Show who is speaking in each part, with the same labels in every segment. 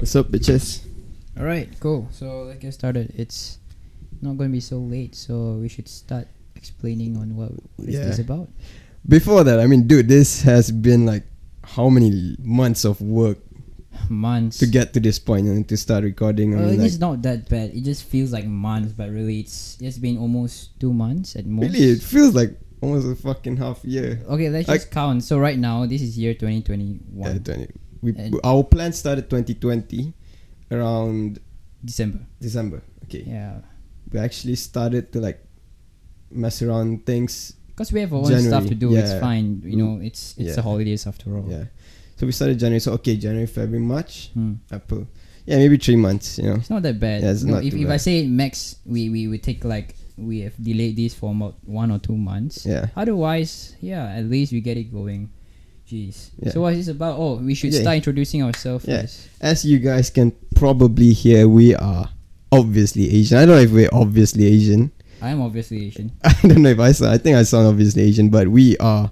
Speaker 1: What's up, bitches?
Speaker 2: All right, cool. So let's get started. It's not going to be so late, so we should start explaining on what is
Speaker 1: Yeah.
Speaker 2: this about.
Speaker 1: Before that, I mean, dude, this has been like how many months of work
Speaker 2: Months.
Speaker 1: to get to this point and to start recording? I
Speaker 2: Well,
Speaker 1: mean,
Speaker 2: it's
Speaker 1: like,
Speaker 2: not that bad. It just feels like months, but really, it's it's been almost two months at most.
Speaker 1: really, it feels like almost a fucking half year.
Speaker 2: Okay, let's
Speaker 1: Like-
Speaker 2: just count. So right now, this is year twenty twenty
Speaker 1: Yeah,
Speaker 2: one,
Speaker 1: 20. We,
Speaker 2: And-
Speaker 1: our plan started 2020 around
Speaker 2: December.
Speaker 1: December. Okay.
Speaker 2: Yeah,
Speaker 1: We actually started to like mess around things.
Speaker 2: because we have our own stuff to
Speaker 1: January,
Speaker 2: do. It's
Speaker 1: yeah.
Speaker 2: fine. You know, it's it's the
Speaker 1: Yeah.
Speaker 2: holidays after all.
Speaker 1: Yeah. So we started January. So, okay, January, February, March,
Speaker 2: Hmm.
Speaker 1: April. Yeah, maybe three months, you know.
Speaker 2: It's not that bad.
Speaker 1: Yeah, it's
Speaker 2: No,
Speaker 1: not
Speaker 2: if
Speaker 1: too
Speaker 2: if
Speaker 1: bad.
Speaker 2: I say max, we we would take like we have delayed this for about one or two months.
Speaker 1: Yeah.
Speaker 2: Otherwise, yeah, at least we get it going. Jeez.
Speaker 1: Yeah.
Speaker 2: So what is this about? Oh, we should
Speaker 1: Yeah.
Speaker 2: start introducing ourselves.
Speaker 1: Yeah.
Speaker 2: first.
Speaker 1: As you guys can probably hear, we are obviously Asian. I don't know if we're obviously Asian.
Speaker 2: I am obviously Asian.
Speaker 1: I don't know if I sound. I think I sound obviously Asian, but we are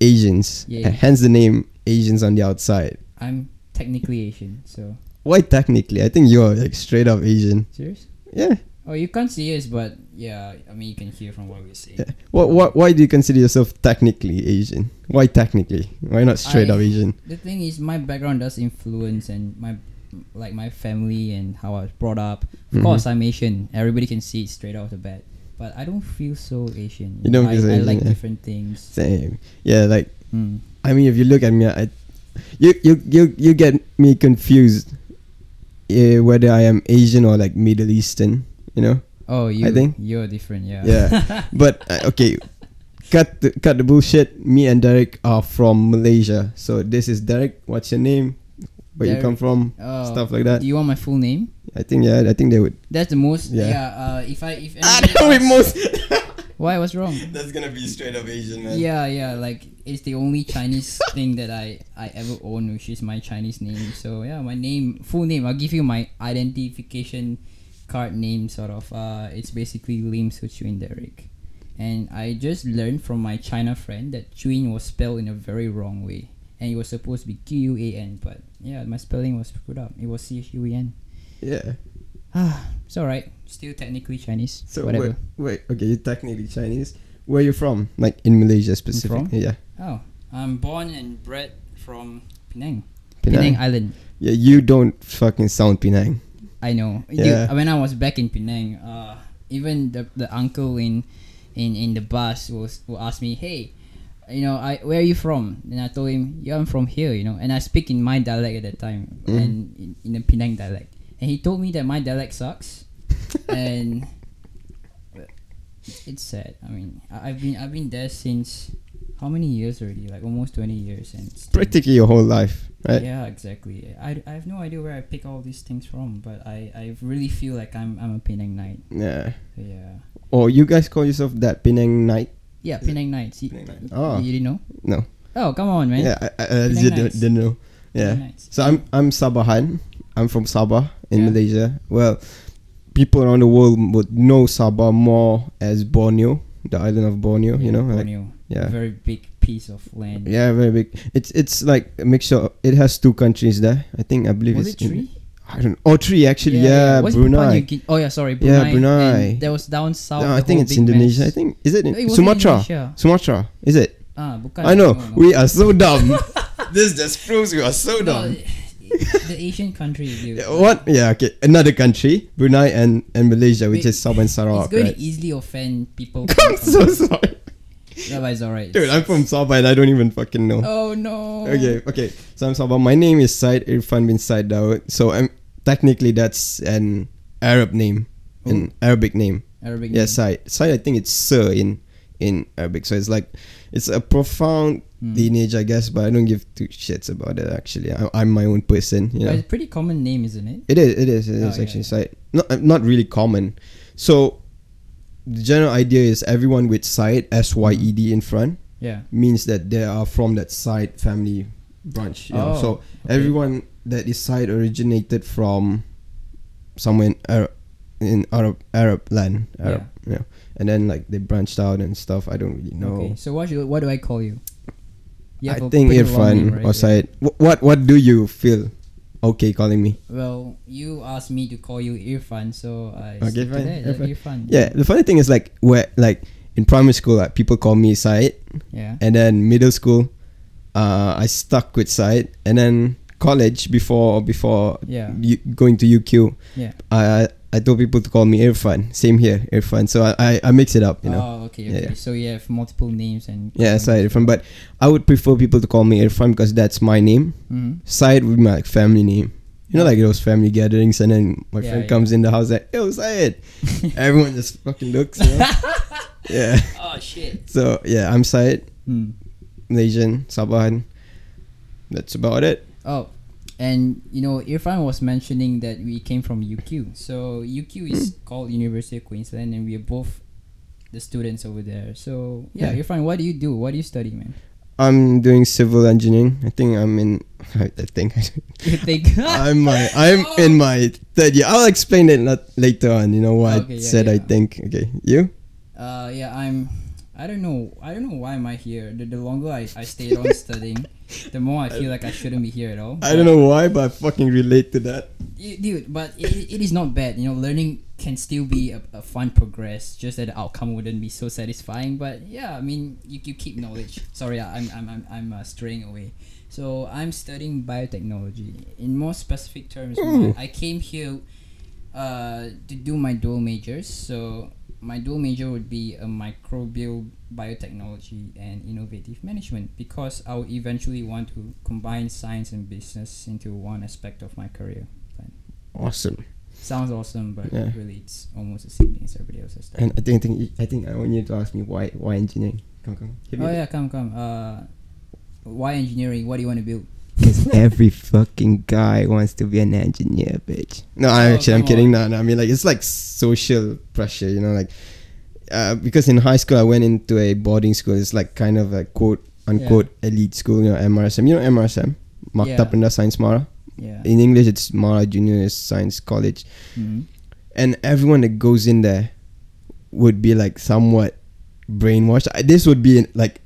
Speaker 1: Asians.
Speaker 2: Yeah.
Speaker 1: Hence the name Asians on the outside.
Speaker 2: I'm technically Asian. So
Speaker 1: Why technically? I think you're like straight up Asian.
Speaker 2: serious?
Speaker 1: Yeah.
Speaker 2: Oh, you can't see us, but yeah, I mean you can hear from what we're saying.
Speaker 1: yeah. What, what, why do you consider yourself technically Asian? Why technically? Why not straight
Speaker 2: I-
Speaker 1: up Asian?
Speaker 2: The thing is, my background does influence, and my like my family and how I was brought up.
Speaker 1: Mhm.
Speaker 2: Of course, I'm Asian. Everybody can see it straight off the bat. But I don't feel so Asian.
Speaker 1: You don't
Speaker 2: I,
Speaker 1: feel so
Speaker 2: I
Speaker 1: Asian,
Speaker 2: like
Speaker 1: yeah.
Speaker 2: different things.
Speaker 1: Same. Yeah, like,
Speaker 2: Mm.
Speaker 1: I mean, if you look at me, I, you, you, you, you get me confused uh, whether I am Asian or like Middle Eastern, you know?
Speaker 2: Oh, you.
Speaker 1: I think-
Speaker 2: you're different. Yeah.
Speaker 1: Yeah. But uh, okay, cut the, cut the bullshit. Me and Derek are from Malaysia, so this is Derek. What's your name? Where you come
Speaker 2: Derek.
Speaker 1: from?
Speaker 2: Oh,
Speaker 1: Stuff like that.
Speaker 2: Do you want my full name?
Speaker 1: I think yeah. I think they would.
Speaker 2: That's the most. Yeah.
Speaker 1: Yeah.
Speaker 2: uh, if I if
Speaker 1: Ah,
Speaker 2: anybody
Speaker 1: that would
Speaker 2: asks-
Speaker 1: be most.
Speaker 2: why what's wrong?
Speaker 1: That's gonna be straight up Asian
Speaker 2: Yeah, yeah. Like it's the only Chinese thing that I I ever own, which is my Chinese name. So yeah, my name, full name. I'll give you my identification card name, sort of. Uh, it's basically Lim Suchuin Derek, and I just learned from my China friend that Chuin was spelled in a very wrong way, and it was supposed to be Q U A N, but yeah, my spelling was screwed up. It was C H U E N.
Speaker 1: Yeah.
Speaker 2: Ah, it's alright. Still technically Chinese.
Speaker 1: So
Speaker 2: whatever.
Speaker 1: wait, wait. Okay, you're technically Chinese. Where you from? Like in Malaysia
Speaker 2: from?
Speaker 1: specifically? Yeah.
Speaker 2: Oh, I'm born and bred from Penang.
Speaker 1: Penang.
Speaker 2: Penang Island.
Speaker 1: Yeah, you don't fucking sound Penang.
Speaker 2: I know. Dude,
Speaker 1: Yeah.
Speaker 2: when I was back in Penang, uh, even the, the uncle in, in in the bus was will ask me, "Hey, you know, I where are you from?" And I told him, "Yeah, I'm from here," you know, and I speak in my dialect at that time
Speaker 1: Mhm.
Speaker 2: and in, in the Penang dialect. And he told me that my dialect sucks, and it's sad. I mean, I, I've been I've been there since how many years already? Like almost twenty years, and still-
Speaker 1: Practically your whole life, right?
Speaker 2: yeah, exactly. I, I have no idea where I pick all these things from, but I, I really feel like I'm I'm a Penang Knight.
Speaker 1: yeah.
Speaker 2: Yeah.
Speaker 1: Or you guys call yourself that Penang night?
Speaker 2: Yeah,
Speaker 1: Is it-
Speaker 2: Penang Knights. You,
Speaker 1: Penang Knights.
Speaker 2: Oh.
Speaker 1: Oh.
Speaker 2: You didn't know?
Speaker 1: No.
Speaker 2: Oh, come on, man.
Speaker 1: Yeah, I, I, I
Speaker 2: Penang
Speaker 1: legit don't,
Speaker 2: Nights.
Speaker 1: don't know. Yeah.
Speaker 2: Penang Knights.
Speaker 1: So I'm I'm Sabahan. I'm from Sabah in
Speaker 2: Yeah.
Speaker 1: Malaysia. Well, people around the world would know Sabah more as Borneo, the island of Borneo. you
Speaker 2: Yeah,
Speaker 1: know, like,
Speaker 2: Borneo.
Speaker 1: yeah,
Speaker 2: Very big piece of land.
Speaker 1: yeah, very big. It's it's like a mixture. Of, it has two countries there. I think I believe
Speaker 2: Was
Speaker 1: it's
Speaker 2: it
Speaker 1: in-
Speaker 2: three?
Speaker 1: I don't. Oh, three actually. Yeah,
Speaker 2: What's Papua New
Speaker 1: Brunei.
Speaker 2: Guinea? Oh yeah, sorry, Brunei.
Speaker 1: Yeah, Brunei.
Speaker 2: And there was down south.
Speaker 1: No, I
Speaker 2: the
Speaker 1: think
Speaker 2: whole
Speaker 1: it's
Speaker 2: big
Speaker 1: Indonesia. I
Speaker 2: mess.
Speaker 1: think is it in
Speaker 2: No, it was
Speaker 1: Sumatra?
Speaker 2: Indonesia.
Speaker 1: Sumatra is it?
Speaker 2: Ah, bukan.
Speaker 1: I know.
Speaker 2: No, no.
Speaker 1: We are so dumb. this just proves we are so
Speaker 2: No,
Speaker 1: dumb.
Speaker 2: the Asian country. Dude.
Speaker 1: Yeah, What? Yeah, okay. Another country, Brunei and, and Malaysia, which
Speaker 2: Wait,
Speaker 1: is Sabah and
Speaker 2: It's
Speaker 1: Sarawak,
Speaker 2: going
Speaker 1: right?
Speaker 2: to easily offend people.
Speaker 1: I'm so sorry,
Speaker 2: Yeah, but it's alright.
Speaker 1: dude. I'm from Sabah and I don't even fucking know.
Speaker 2: Oh no.
Speaker 1: Okay, okay. So I'm Sabah. My name is Said Irfan bin Said Daud. So I'm technically that's an Arab name, an
Speaker 2: Oh.
Speaker 1: Arabic name.
Speaker 2: Arabic.
Speaker 1: Yeah, Said.
Speaker 2: name.
Speaker 1: Said. I think it's Sir in in Arabic. So it's like it's a profound
Speaker 2: Hmm.
Speaker 1: lineage, I guess. But I don't give two shits about it. Actually, I, I'm my own person. You know.
Speaker 2: But it's a pretty common name, isn't it?
Speaker 1: It is. It is. It
Speaker 2: Oh,
Speaker 1: is
Speaker 2: yeah,
Speaker 1: actually
Speaker 2: yeah.
Speaker 1: side. Not uh, not really common. So the general idea is everyone with side S Y E D in front
Speaker 2: Yeah.
Speaker 1: means that they are from that side family branch. You know?
Speaker 2: Oh,
Speaker 1: So
Speaker 2: okay.
Speaker 1: everyone that is side originated from somewhere in Arab, in Arab Arab land. Arab, yeah. And then like they branched out and stuff. I don't really know.
Speaker 2: Okay. So what should, what do I call you? You
Speaker 1: I
Speaker 2: have a
Speaker 1: think
Speaker 2: pretty long
Speaker 1: Irfan
Speaker 2: name, right?
Speaker 1: or Said. Wh- What what do you feel okay calling me.
Speaker 2: Well, you asked me to call you Irfan, so I
Speaker 1: Okay,
Speaker 2: stick to
Speaker 1: fine,
Speaker 2: that,
Speaker 1: Irfan.
Speaker 2: Irfan.
Speaker 1: Yeah, the funny thing is like where like in primary school like people call me Said,
Speaker 2: Yeah.
Speaker 1: and then middle school, uh, I stuck with Said, and then college before before
Speaker 2: Yeah.
Speaker 1: U- going to UQ,
Speaker 2: Yeah.
Speaker 1: I I- I told people to call me Irfan. Same here, Irfan. So I I, I mix it up, you know.
Speaker 2: Oh, okay,
Speaker 1: Yeah,
Speaker 2: okay.
Speaker 1: yeah.
Speaker 2: So you have multiple names and
Speaker 1: Yeah, Said Irfan. But I would prefer people to call me Irfan because that's my name.
Speaker 2: Mhm.
Speaker 1: Said would be my like, family name. You know, like those family gatherings, and then my
Speaker 2: Yeah,
Speaker 1: friend
Speaker 2: yeah.
Speaker 1: comes in the house like, "Yo, Said."
Speaker 2: mm-hmm.
Speaker 1: Everyone just fucking looks. You know? yeah.
Speaker 2: Oh shit.
Speaker 1: So yeah, I'm Said,
Speaker 2: Hmm.
Speaker 1: Malaysian, Sabahan. That's about it.
Speaker 2: Oh, and you know, Irfan was mentioning that we came from UQ. So UQ is
Speaker 1: Mm.
Speaker 2: called University of Queensland, and we are both the students over there. So yeah,
Speaker 1: Yeah.
Speaker 2: Irfan, what do you do? What do you study, man?
Speaker 1: I'm doing civil engineering. I think I'm in. I think
Speaker 2: You think?
Speaker 1: I'm my. I'm in my third year. I'll explain it lat- later on. You know why I
Speaker 2: Okay, yeah,
Speaker 1: said I
Speaker 2: yeah.
Speaker 1: think. Okay, you.
Speaker 2: Uh, yeah, I'm. I don't know. I don't know why am I here. The, the longer I, I stayed on studying, the more I feel like I shouldn't be here at all.
Speaker 1: I don't know why, but I fucking relate to that.
Speaker 2: Y- dude but it, it is not bad you know learning can still be a, a fun progress just that the outcome wouldn't be so satisfying but yeah i mean you, you keep knowledge sorry I- i'm i'm i'm, I'm uh, straying away so i'm studying biotechnology in more specific terms
Speaker 1: Ooh.
Speaker 2: i came here uh, to do my dual majors so my dual major would be a microbial biotechnology and innovative management because i would eventually want to combine science and business into one aspect of my career
Speaker 1: Awesome.
Speaker 2: Sounds awesome, but
Speaker 1: Yeah.
Speaker 2: really it's almost the same thing as everybody else has done.
Speaker 1: And I think I think I think I want you to ask me why why engineering. Come come. Hit me
Speaker 2: Oh
Speaker 1: with
Speaker 2: yeah, come come. Uh, why engineering? What do you want to build?
Speaker 1: Because every fucking guy wants to be an engineer, bitch. No, I
Speaker 2: Oh,
Speaker 1: actually, I'm
Speaker 2: come
Speaker 1: kidding. No, no, I mean, like, it's like social pressure, you know, like, uh, because in high school, I went into a boarding school. It's like kind of a quote unquote elite school, you know, MRSM. You know, MRSM, Makta
Speaker 2: Yeah.
Speaker 1: Rendah Science Mara.
Speaker 2: Yeah.
Speaker 1: In English, it's Mara Junior Science College.
Speaker 2: Mhm.
Speaker 1: And everyone that goes in there would be like somewhat brainwashed. I, this would be like,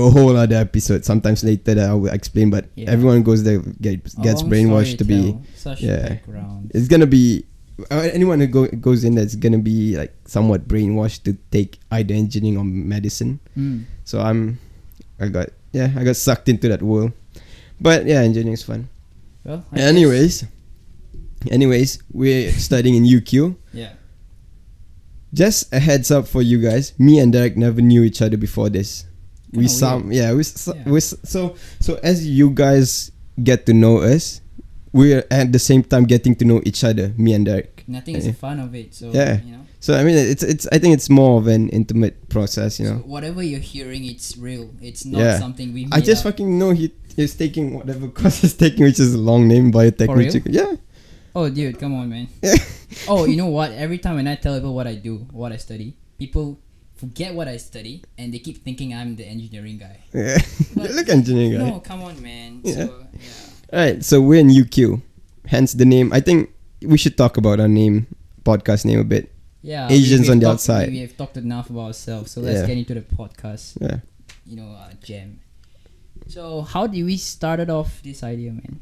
Speaker 1: a whole other episode sometimes later that I will explain but
Speaker 2: Yeah. Oh,
Speaker 1: everyone goes there get, gets
Speaker 2: A long
Speaker 1: brainwashed
Speaker 2: story
Speaker 1: to be
Speaker 2: tell, such
Speaker 1: yeah.
Speaker 2: background.
Speaker 1: it's gonna be uh, anyone who go, goes in that's gonna be like somewhat brainwashed to take either engineering or medicine.
Speaker 2: Mm.
Speaker 1: So I'm, I got yeah, I got sucked into that world. But yeah, engineering is fun.
Speaker 2: Well, I guess-
Speaker 1: Anyways, anyways, we're studying in UQ.
Speaker 2: Yeah.
Speaker 1: Just a heads up for you guys. Me and Derek never knew each other before this. we
Speaker 2: Kinda
Speaker 1: some yeah we, s
Speaker 2: Yeah.
Speaker 1: we s- so so as you guys get to know us, we're at the same time getting to know each other. Me and Derek.
Speaker 2: Nothing is
Speaker 1: Yeah.
Speaker 2: the fun of it. So
Speaker 1: Yeah.
Speaker 2: you know.
Speaker 1: So I mean, it's it's. I think it's more of an intimate process, you know.
Speaker 2: So whatever you're hearing, it's real. It's not
Speaker 1: Yeah.
Speaker 2: something we.
Speaker 1: I
Speaker 2: made
Speaker 1: just
Speaker 2: up.
Speaker 1: fucking know he is taking whatever course he's taking, which is a long name biotech.
Speaker 2: For real?
Speaker 1: which you- Yeah,
Speaker 2: Oh, dude, come on, man.
Speaker 1: Yeah.
Speaker 2: oh, you know what? Every time when I tell people what I do, what I study, people forget what I study and they keep thinking I'm the engineering guy.
Speaker 1: yeah.
Speaker 2: But-
Speaker 1: Look, engineering guy.
Speaker 2: No, come on, man.
Speaker 1: Yeah.
Speaker 2: So, yeah.
Speaker 1: All right, so we're in UQ, hence the name. I think we should talk about our name, podcast name a bit.
Speaker 2: Yeah,
Speaker 1: Asians
Speaker 2: we've
Speaker 1: on the
Speaker 2: talked-
Speaker 1: outside.
Speaker 2: We have talked enough about ourselves, so let's
Speaker 1: Yeah.
Speaker 2: get into the podcast.
Speaker 1: Yeah.
Speaker 2: You know, uh, gem. So, how did we started off this idea, man?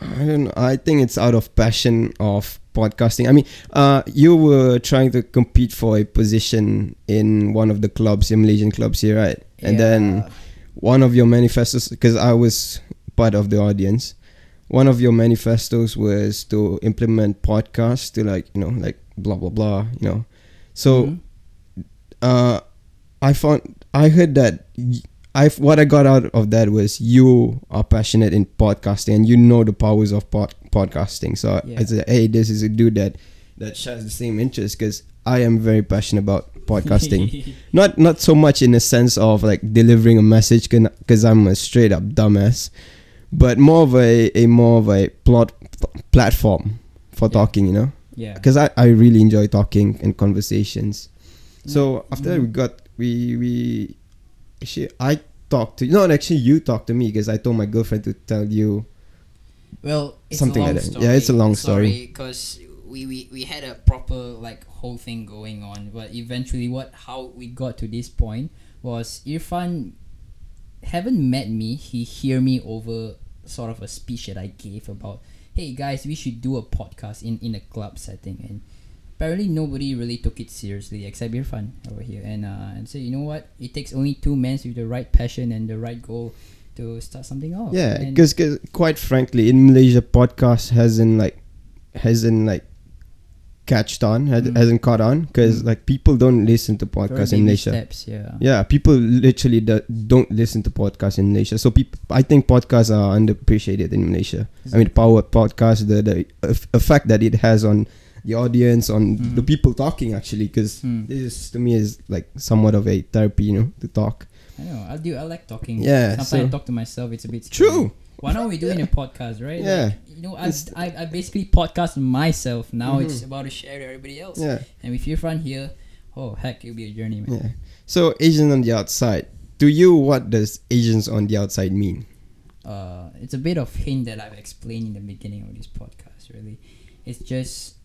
Speaker 1: I don't know. I think it's out of passion of podcasting. I mean, uh, you were trying to compete for a position in one of the clubs, in Malaysian clubs here, right? And then
Speaker 2: Yeah.
Speaker 1: one of your manifestos because i was part of the audience one of your manifestos was to implement podcasts to like you know like blah blah blah you know so
Speaker 2: Mhm.
Speaker 1: uh i found i heard that y- i what i got out of that was you are passionate in podcasting and you know the powers of pod, podcasting so
Speaker 2: Yeah.
Speaker 1: i said hey this is a dude that that shares the same interest because i am very passionate about podcasting not not so much in the sense of like delivering a message because I'm a straight up dumbass, but more of a, a more of a plot platform for
Speaker 2: Yeah.
Speaker 1: talking, you know,
Speaker 2: yeah.
Speaker 1: because I, I really enjoy talking and conversations.
Speaker 2: Mm.
Speaker 1: So after that we got we we actually I talked to no actually you talked to me because I told my girlfriend to tell you
Speaker 2: Well, it's
Speaker 1: Something
Speaker 2: a long
Speaker 1: like that.
Speaker 2: Story.
Speaker 1: Yeah, it's a long story.
Speaker 2: because we, we we had a proper like whole thing going on, but eventually, what how we got to this point was Irfan haven't met me. He hear me over sort of a speech that I gave about. hey guys, we should do a podcast in in a club setting, and apparently nobody really took it seriously except Irfan over here, and uh, and say you know what, it takes only two men with the right passion and the right goal to start something off.
Speaker 1: Yeah,
Speaker 2: Oh, And-
Speaker 1: because quite frankly, in Malaysia, podcast hasn't like hasn't like catched on, has,
Speaker 2: Mm.
Speaker 1: hasn't caught on, because
Speaker 2: Mm.
Speaker 1: like people don't listen to podcasts
Speaker 2: Correct,
Speaker 1: in
Speaker 2: baby
Speaker 1: Malaysia.
Speaker 2: Steps, yeah.
Speaker 1: Yeah, people literally do- don't listen to podcasts in Malaysia. So people, I think podcasts are underappreciated in Malaysia. I mean, power podcast, the the eff- effect that it has on the audience, on
Speaker 2: Mm.
Speaker 1: the people talking, actually, because
Speaker 2: Hmm.
Speaker 1: this is, to me is like somewhat of a therapy, you know, to talk.
Speaker 2: I know. I do. I like talking.
Speaker 1: Yeah,
Speaker 2: Mm-hmm. Sometimes
Speaker 1: so-
Speaker 2: I talk to myself. It's a bit scary.
Speaker 1: True.
Speaker 2: Why not we doing a podcast, right?
Speaker 1: Yeah.
Speaker 2: Like, you know, I, I, I basically podcast myself. Now it's
Speaker 1: Mhm.
Speaker 2: about to share to everybody else.
Speaker 1: Yeah.
Speaker 2: And if you're from here, oh heck, it'll be a journey, man.
Speaker 1: Yeah. So Asians on the outside. To you, what does Asians on the outside mean?
Speaker 2: Uh, it's a bit of hint that I've explained in the beginning of this podcast. Really, it's just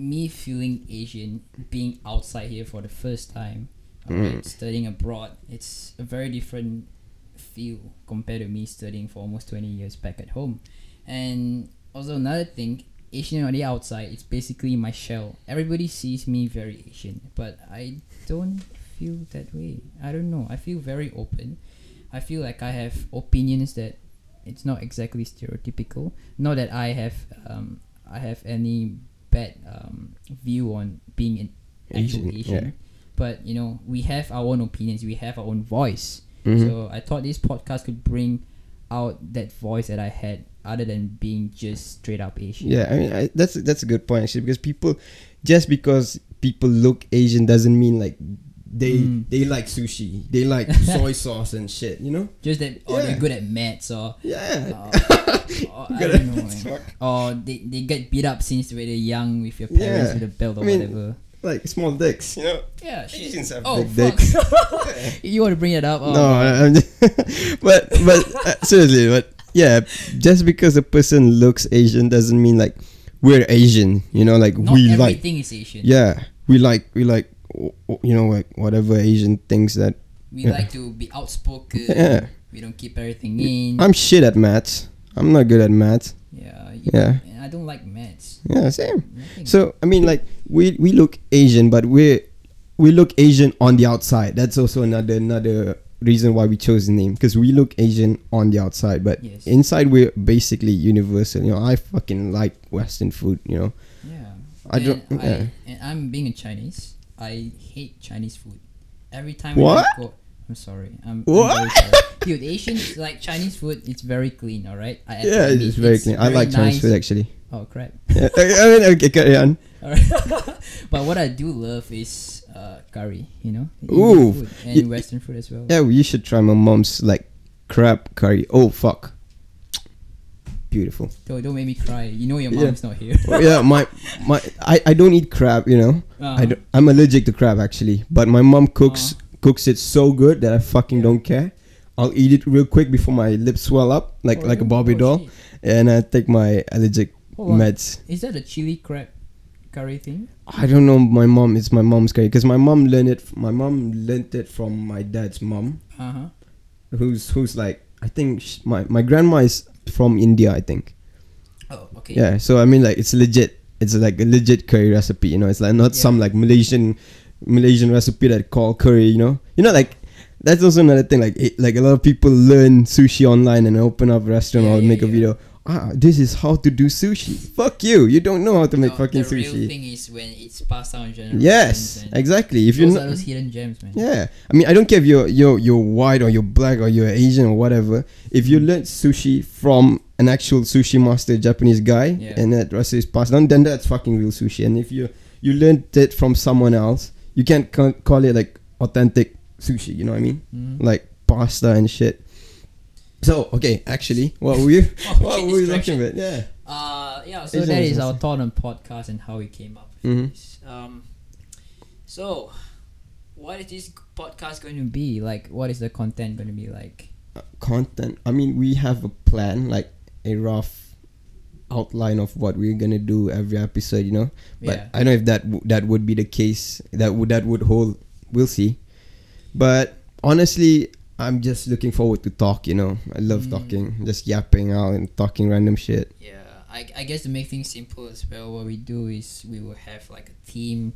Speaker 2: me feeling Asian, being outside here for the first time,
Speaker 1: Mm.
Speaker 2: uh, studying abroad. It's a very different feel compared to me studying for almost twenty years back at home. And also another thing, Asian on the outside, it's basically my shell. Everybody sees me very Asian, but I don't feel that way. I don't know. I feel very open. I feel like I have opinions that it's not exactly stereotypical. Not that I have um, I have any bad um, view on being an actual
Speaker 1: Asian,
Speaker 2: Asian,
Speaker 1: yeah.
Speaker 2: but you know we have our own opinions. We have our own voice.
Speaker 1: Mhm.
Speaker 2: So I thought this podcast could bring out that voice that I had, other than being just straight up Asian.
Speaker 1: Yeah, I mean I, that's that's a good point actually because people, just because people look Asian doesn't mean like they
Speaker 2: Mm.
Speaker 1: they like sushi, they like soy sauce and shit, you know?
Speaker 2: Just that, or
Speaker 1: Yeah.
Speaker 2: they're good at maths, or,
Speaker 1: Yeah.
Speaker 2: or, or I don't know, man. or they, they get beat up since they were young with your parents
Speaker 1: Yeah.
Speaker 2: with a belt or
Speaker 1: I mean,
Speaker 2: whatever.
Speaker 1: like small dicks, you know?
Speaker 2: Yeah, shit.
Speaker 1: Asians have
Speaker 2: oh,
Speaker 1: big
Speaker 2: fuck. you want to bring it up? Oh,
Speaker 1: no, I- I'm just, but but uh, seriously, but yeah, just because a person looks Asian doesn't mean like we're Asian, you know? Like
Speaker 2: Um, not
Speaker 1: we like
Speaker 2: everything is Asian.
Speaker 1: yeah we like we like w- w- you know like whatever asian things that
Speaker 2: we
Speaker 1: yeah.
Speaker 2: like to be outspoken.
Speaker 1: yeah
Speaker 2: We don't keep everything in.
Speaker 1: i'm shit at maths i'm not good at maths
Speaker 2: yeah, you-
Speaker 1: yeah
Speaker 2: and I don't like maths.
Speaker 1: yeah same
Speaker 2: Nothing.
Speaker 1: so i mean like we we look asian but we we look asian on the outside that's also another another reason why we chose the name because we look asian on the outside but
Speaker 2: Yes.
Speaker 1: inside we're basically universal you know i fucking like western food you know
Speaker 2: yeah,
Speaker 1: I don't-
Speaker 2: And I,
Speaker 1: yeah.
Speaker 2: and I'm being a Chinese. I hate Chinese food. Every time
Speaker 1: What?
Speaker 2: I go, I'm sorry. I'm,
Speaker 1: What?
Speaker 2: I'm very sorry. Dude, Asians like Chinese food. It's very clean. All right. I
Speaker 1: yeah
Speaker 2: admit,
Speaker 1: it's very clean i like chinese
Speaker 2: nice.
Speaker 1: food actually
Speaker 2: Oh crap.
Speaker 1: yeah. I mean, okay carry on
Speaker 2: Alright. but what I do love is uh, curry, you know, Indian
Speaker 1: Ooh.
Speaker 2: food and
Speaker 1: Y-
Speaker 2: Western food as well.
Speaker 1: Yeah, well, you should try my mom's like crab curry. Oh fuck, beautiful.
Speaker 2: Don't, don't make me cry. You know your
Speaker 1: Yeah.
Speaker 2: mom's not here.
Speaker 1: Oh, yeah, my my I, I don't eat crab. You know,
Speaker 2: Uh,
Speaker 1: I don't, I'm allergic to crab actually. But my mom cooks
Speaker 2: Oh.
Speaker 1: cooks it so good that I fucking don't care. I'll eat it real quick before my lips swell up like
Speaker 2: oh,
Speaker 1: like a
Speaker 2: oh,
Speaker 1: Barbie
Speaker 2: oh,
Speaker 1: doll,
Speaker 2: shit.
Speaker 1: and I take my allergic
Speaker 2: Hold on.
Speaker 1: meds.
Speaker 2: Is that a chili crab curry thing?
Speaker 1: I don't know. My mom it's my mom's curry because my mom learned it. My mom learned it from my dad's mom,
Speaker 2: Uh huh.
Speaker 1: who's who's like I think sh my my grandma is from India. I think.
Speaker 2: Oh, okay.
Speaker 1: Yeah, so I mean, like it's legit. It's like a legit curry recipe, you know. It's like not
Speaker 2: Yeah.
Speaker 1: some like Malaysian Malaysian recipe that call curry, you know. You know, like that's also another thing. Like it, like a lot of people learn sushi online and open up a restaurant
Speaker 2: Yeah,
Speaker 1: or
Speaker 2: yeah,
Speaker 1: make a
Speaker 2: yeah.
Speaker 1: video. Ah, this is how to do sushi. Fuck you! You don't know how to make
Speaker 2: No,
Speaker 1: fucking
Speaker 2: the real
Speaker 1: sushi.
Speaker 2: thing is when it's passed down generations.
Speaker 1: Yes,
Speaker 2: and
Speaker 1: exactly. If you're
Speaker 2: those
Speaker 1: not,
Speaker 2: are those hidden gems, man.
Speaker 1: yeah, I mean, I don't care if you're you're you're white or you're black or you're Asian or whatever. If you learn sushi from an actual sushi master Japanese guy
Speaker 2: Yeah.
Speaker 1: and that recipe is passed on, then that's fucking real sushi. And if you you learned it from someone else, you can't ca- call it like authentic sushi. You know what I mean?
Speaker 2: Mhm.
Speaker 1: Like pasta and shit. So okay, actually, what were you
Speaker 2: Oh,
Speaker 1: what
Speaker 2: shit,
Speaker 1: were you
Speaker 2: distraction.
Speaker 1: talking about? Yeah.
Speaker 2: Uh, yeah, so
Speaker 1: Asian
Speaker 2: that
Speaker 1: is
Speaker 2: is our thought on podcast and how we came up with
Speaker 1: Mhm.
Speaker 2: this. Um, so, what is this podcast going to be like? What is the content going to be like?
Speaker 1: uh, content i mean we have a plan like a rough outline of what we're gonna do every episode you know but
Speaker 2: Yeah.
Speaker 1: i don't know if that w- that would be the case that would that would hold we'll see but honestly i'm just looking forward to talk you know i love
Speaker 2: Mm.
Speaker 1: talking just yapping out and talking random shit
Speaker 2: Yeah, I, I guess to make things simple as well, what we do is we will have like a theme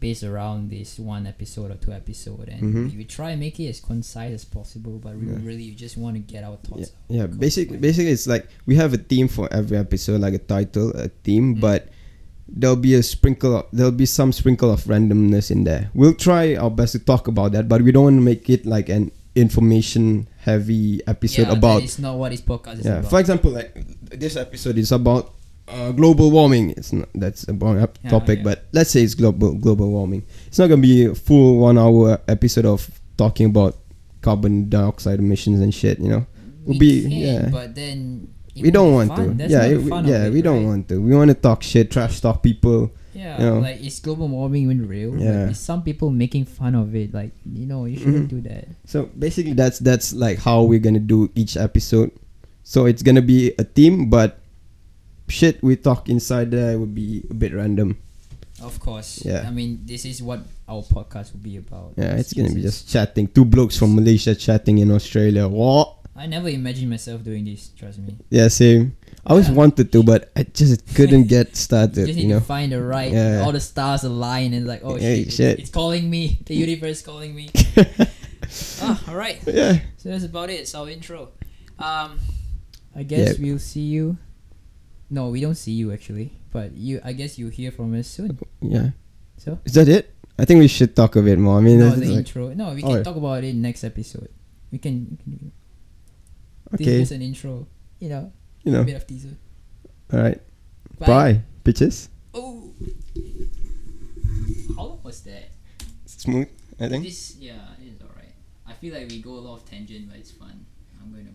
Speaker 2: based around this one episode or two episode, and
Speaker 1: Mhm.
Speaker 2: we will try and make it as concise as possible. But we
Speaker 1: Yeah.
Speaker 2: really just want to get our
Speaker 1: yeah,
Speaker 2: thoughts.
Speaker 1: yeah
Speaker 2: Cool.
Speaker 1: basically basically it's like we have a theme for every episode like a title a theme
Speaker 2: Mm.
Speaker 1: but there'll be a sprinkle of, there'll be some sprinkle of randomness in there we'll try our best to talk about that but we don't want to make it like an information heavy episode
Speaker 2: Yeah, that
Speaker 1: about
Speaker 2: is not what this podcast is
Speaker 1: yeah
Speaker 2: about.
Speaker 1: for example like this episode is about uh, global warming it's not that's a wrong up
Speaker 2: Yeah,
Speaker 1: topic
Speaker 2: yeah.
Speaker 1: but let's say it's global global warming it's not gonna be a full one hour episode of talking about carbon dioxide emissions and shit you know
Speaker 2: we
Speaker 1: would be-
Speaker 2: can,
Speaker 1: yeah.
Speaker 2: But then it
Speaker 1: we don't
Speaker 2: won't be
Speaker 1: want to.
Speaker 2: fun. That's
Speaker 1: yeah,
Speaker 2: not the
Speaker 1: it- we,
Speaker 2: fun of
Speaker 1: yeah,
Speaker 2: it,
Speaker 1: we don't
Speaker 2: right?
Speaker 1: want to. We want to talk shit, trash talk people.
Speaker 2: Yeah,
Speaker 1: you know.
Speaker 2: like is global warming even real?
Speaker 1: Yeah. Mm-hmm.
Speaker 2: Like, is some people making fun of it? Like you know, you shouldn't do that.
Speaker 1: So basically, that's that's like how we're gonna do each episode. So it's gonna be a theme, but shit we talk inside there would be a bit random.
Speaker 2: Of course.
Speaker 1: Yeah.
Speaker 2: I mean, this is what our podcast will be about.
Speaker 1: Yeah, it's gonna be
Speaker 2: It's-
Speaker 1: just chatting. Two blokes from Malaysia chatting in Australia. What?
Speaker 2: I never imagined myself doing this. Trust me.
Speaker 1: Yeah, same. I always
Speaker 2: Yeah.
Speaker 1: wanted to, but I just couldn't get started.
Speaker 2: just
Speaker 1: you
Speaker 2: need
Speaker 1: know.
Speaker 2: to find the right.
Speaker 1: Yeah.
Speaker 2: All the stars align and like, oh
Speaker 1: Hey,
Speaker 2: shit, it-
Speaker 1: shit.
Speaker 2: it's calling me. The universe calling me. ah, all right.
Speaker 1: yeah.
Speaker 2: So that's about it. It's our intro. Um, I guess we'll see you. No, we don't see you actually, but you. I guess you'll hear from us soon.
Speaker 1: Yeah.
Speaker 2: So.
Speaker 1: Is that it? I think we should talk a bit more. I mean,
Speaker 2: No,
Speaker 1: this
Speaker 2: the
Speaker 1: is like-
Speaker 2: intro. No, we
Speaker 1: Oh,
Speaker 2: can
Speaker 1: yeah.
Speaker 2: talk about it next episode. We can. We can do it. This
Speaker 1: okay,
Speaker 2: is just an intro. You know,
Speaker 1: you know.
Speaker 2: a bit of teaser.
Speaker 1: All right. Bye, bitches.
Speaker 2: Oh. How long was that?
Speaker 1: Smooth, I think.
Speaker 2: This yeah, it's alright. I feel like we go a lot of tangent, but it's fun. I'm gonna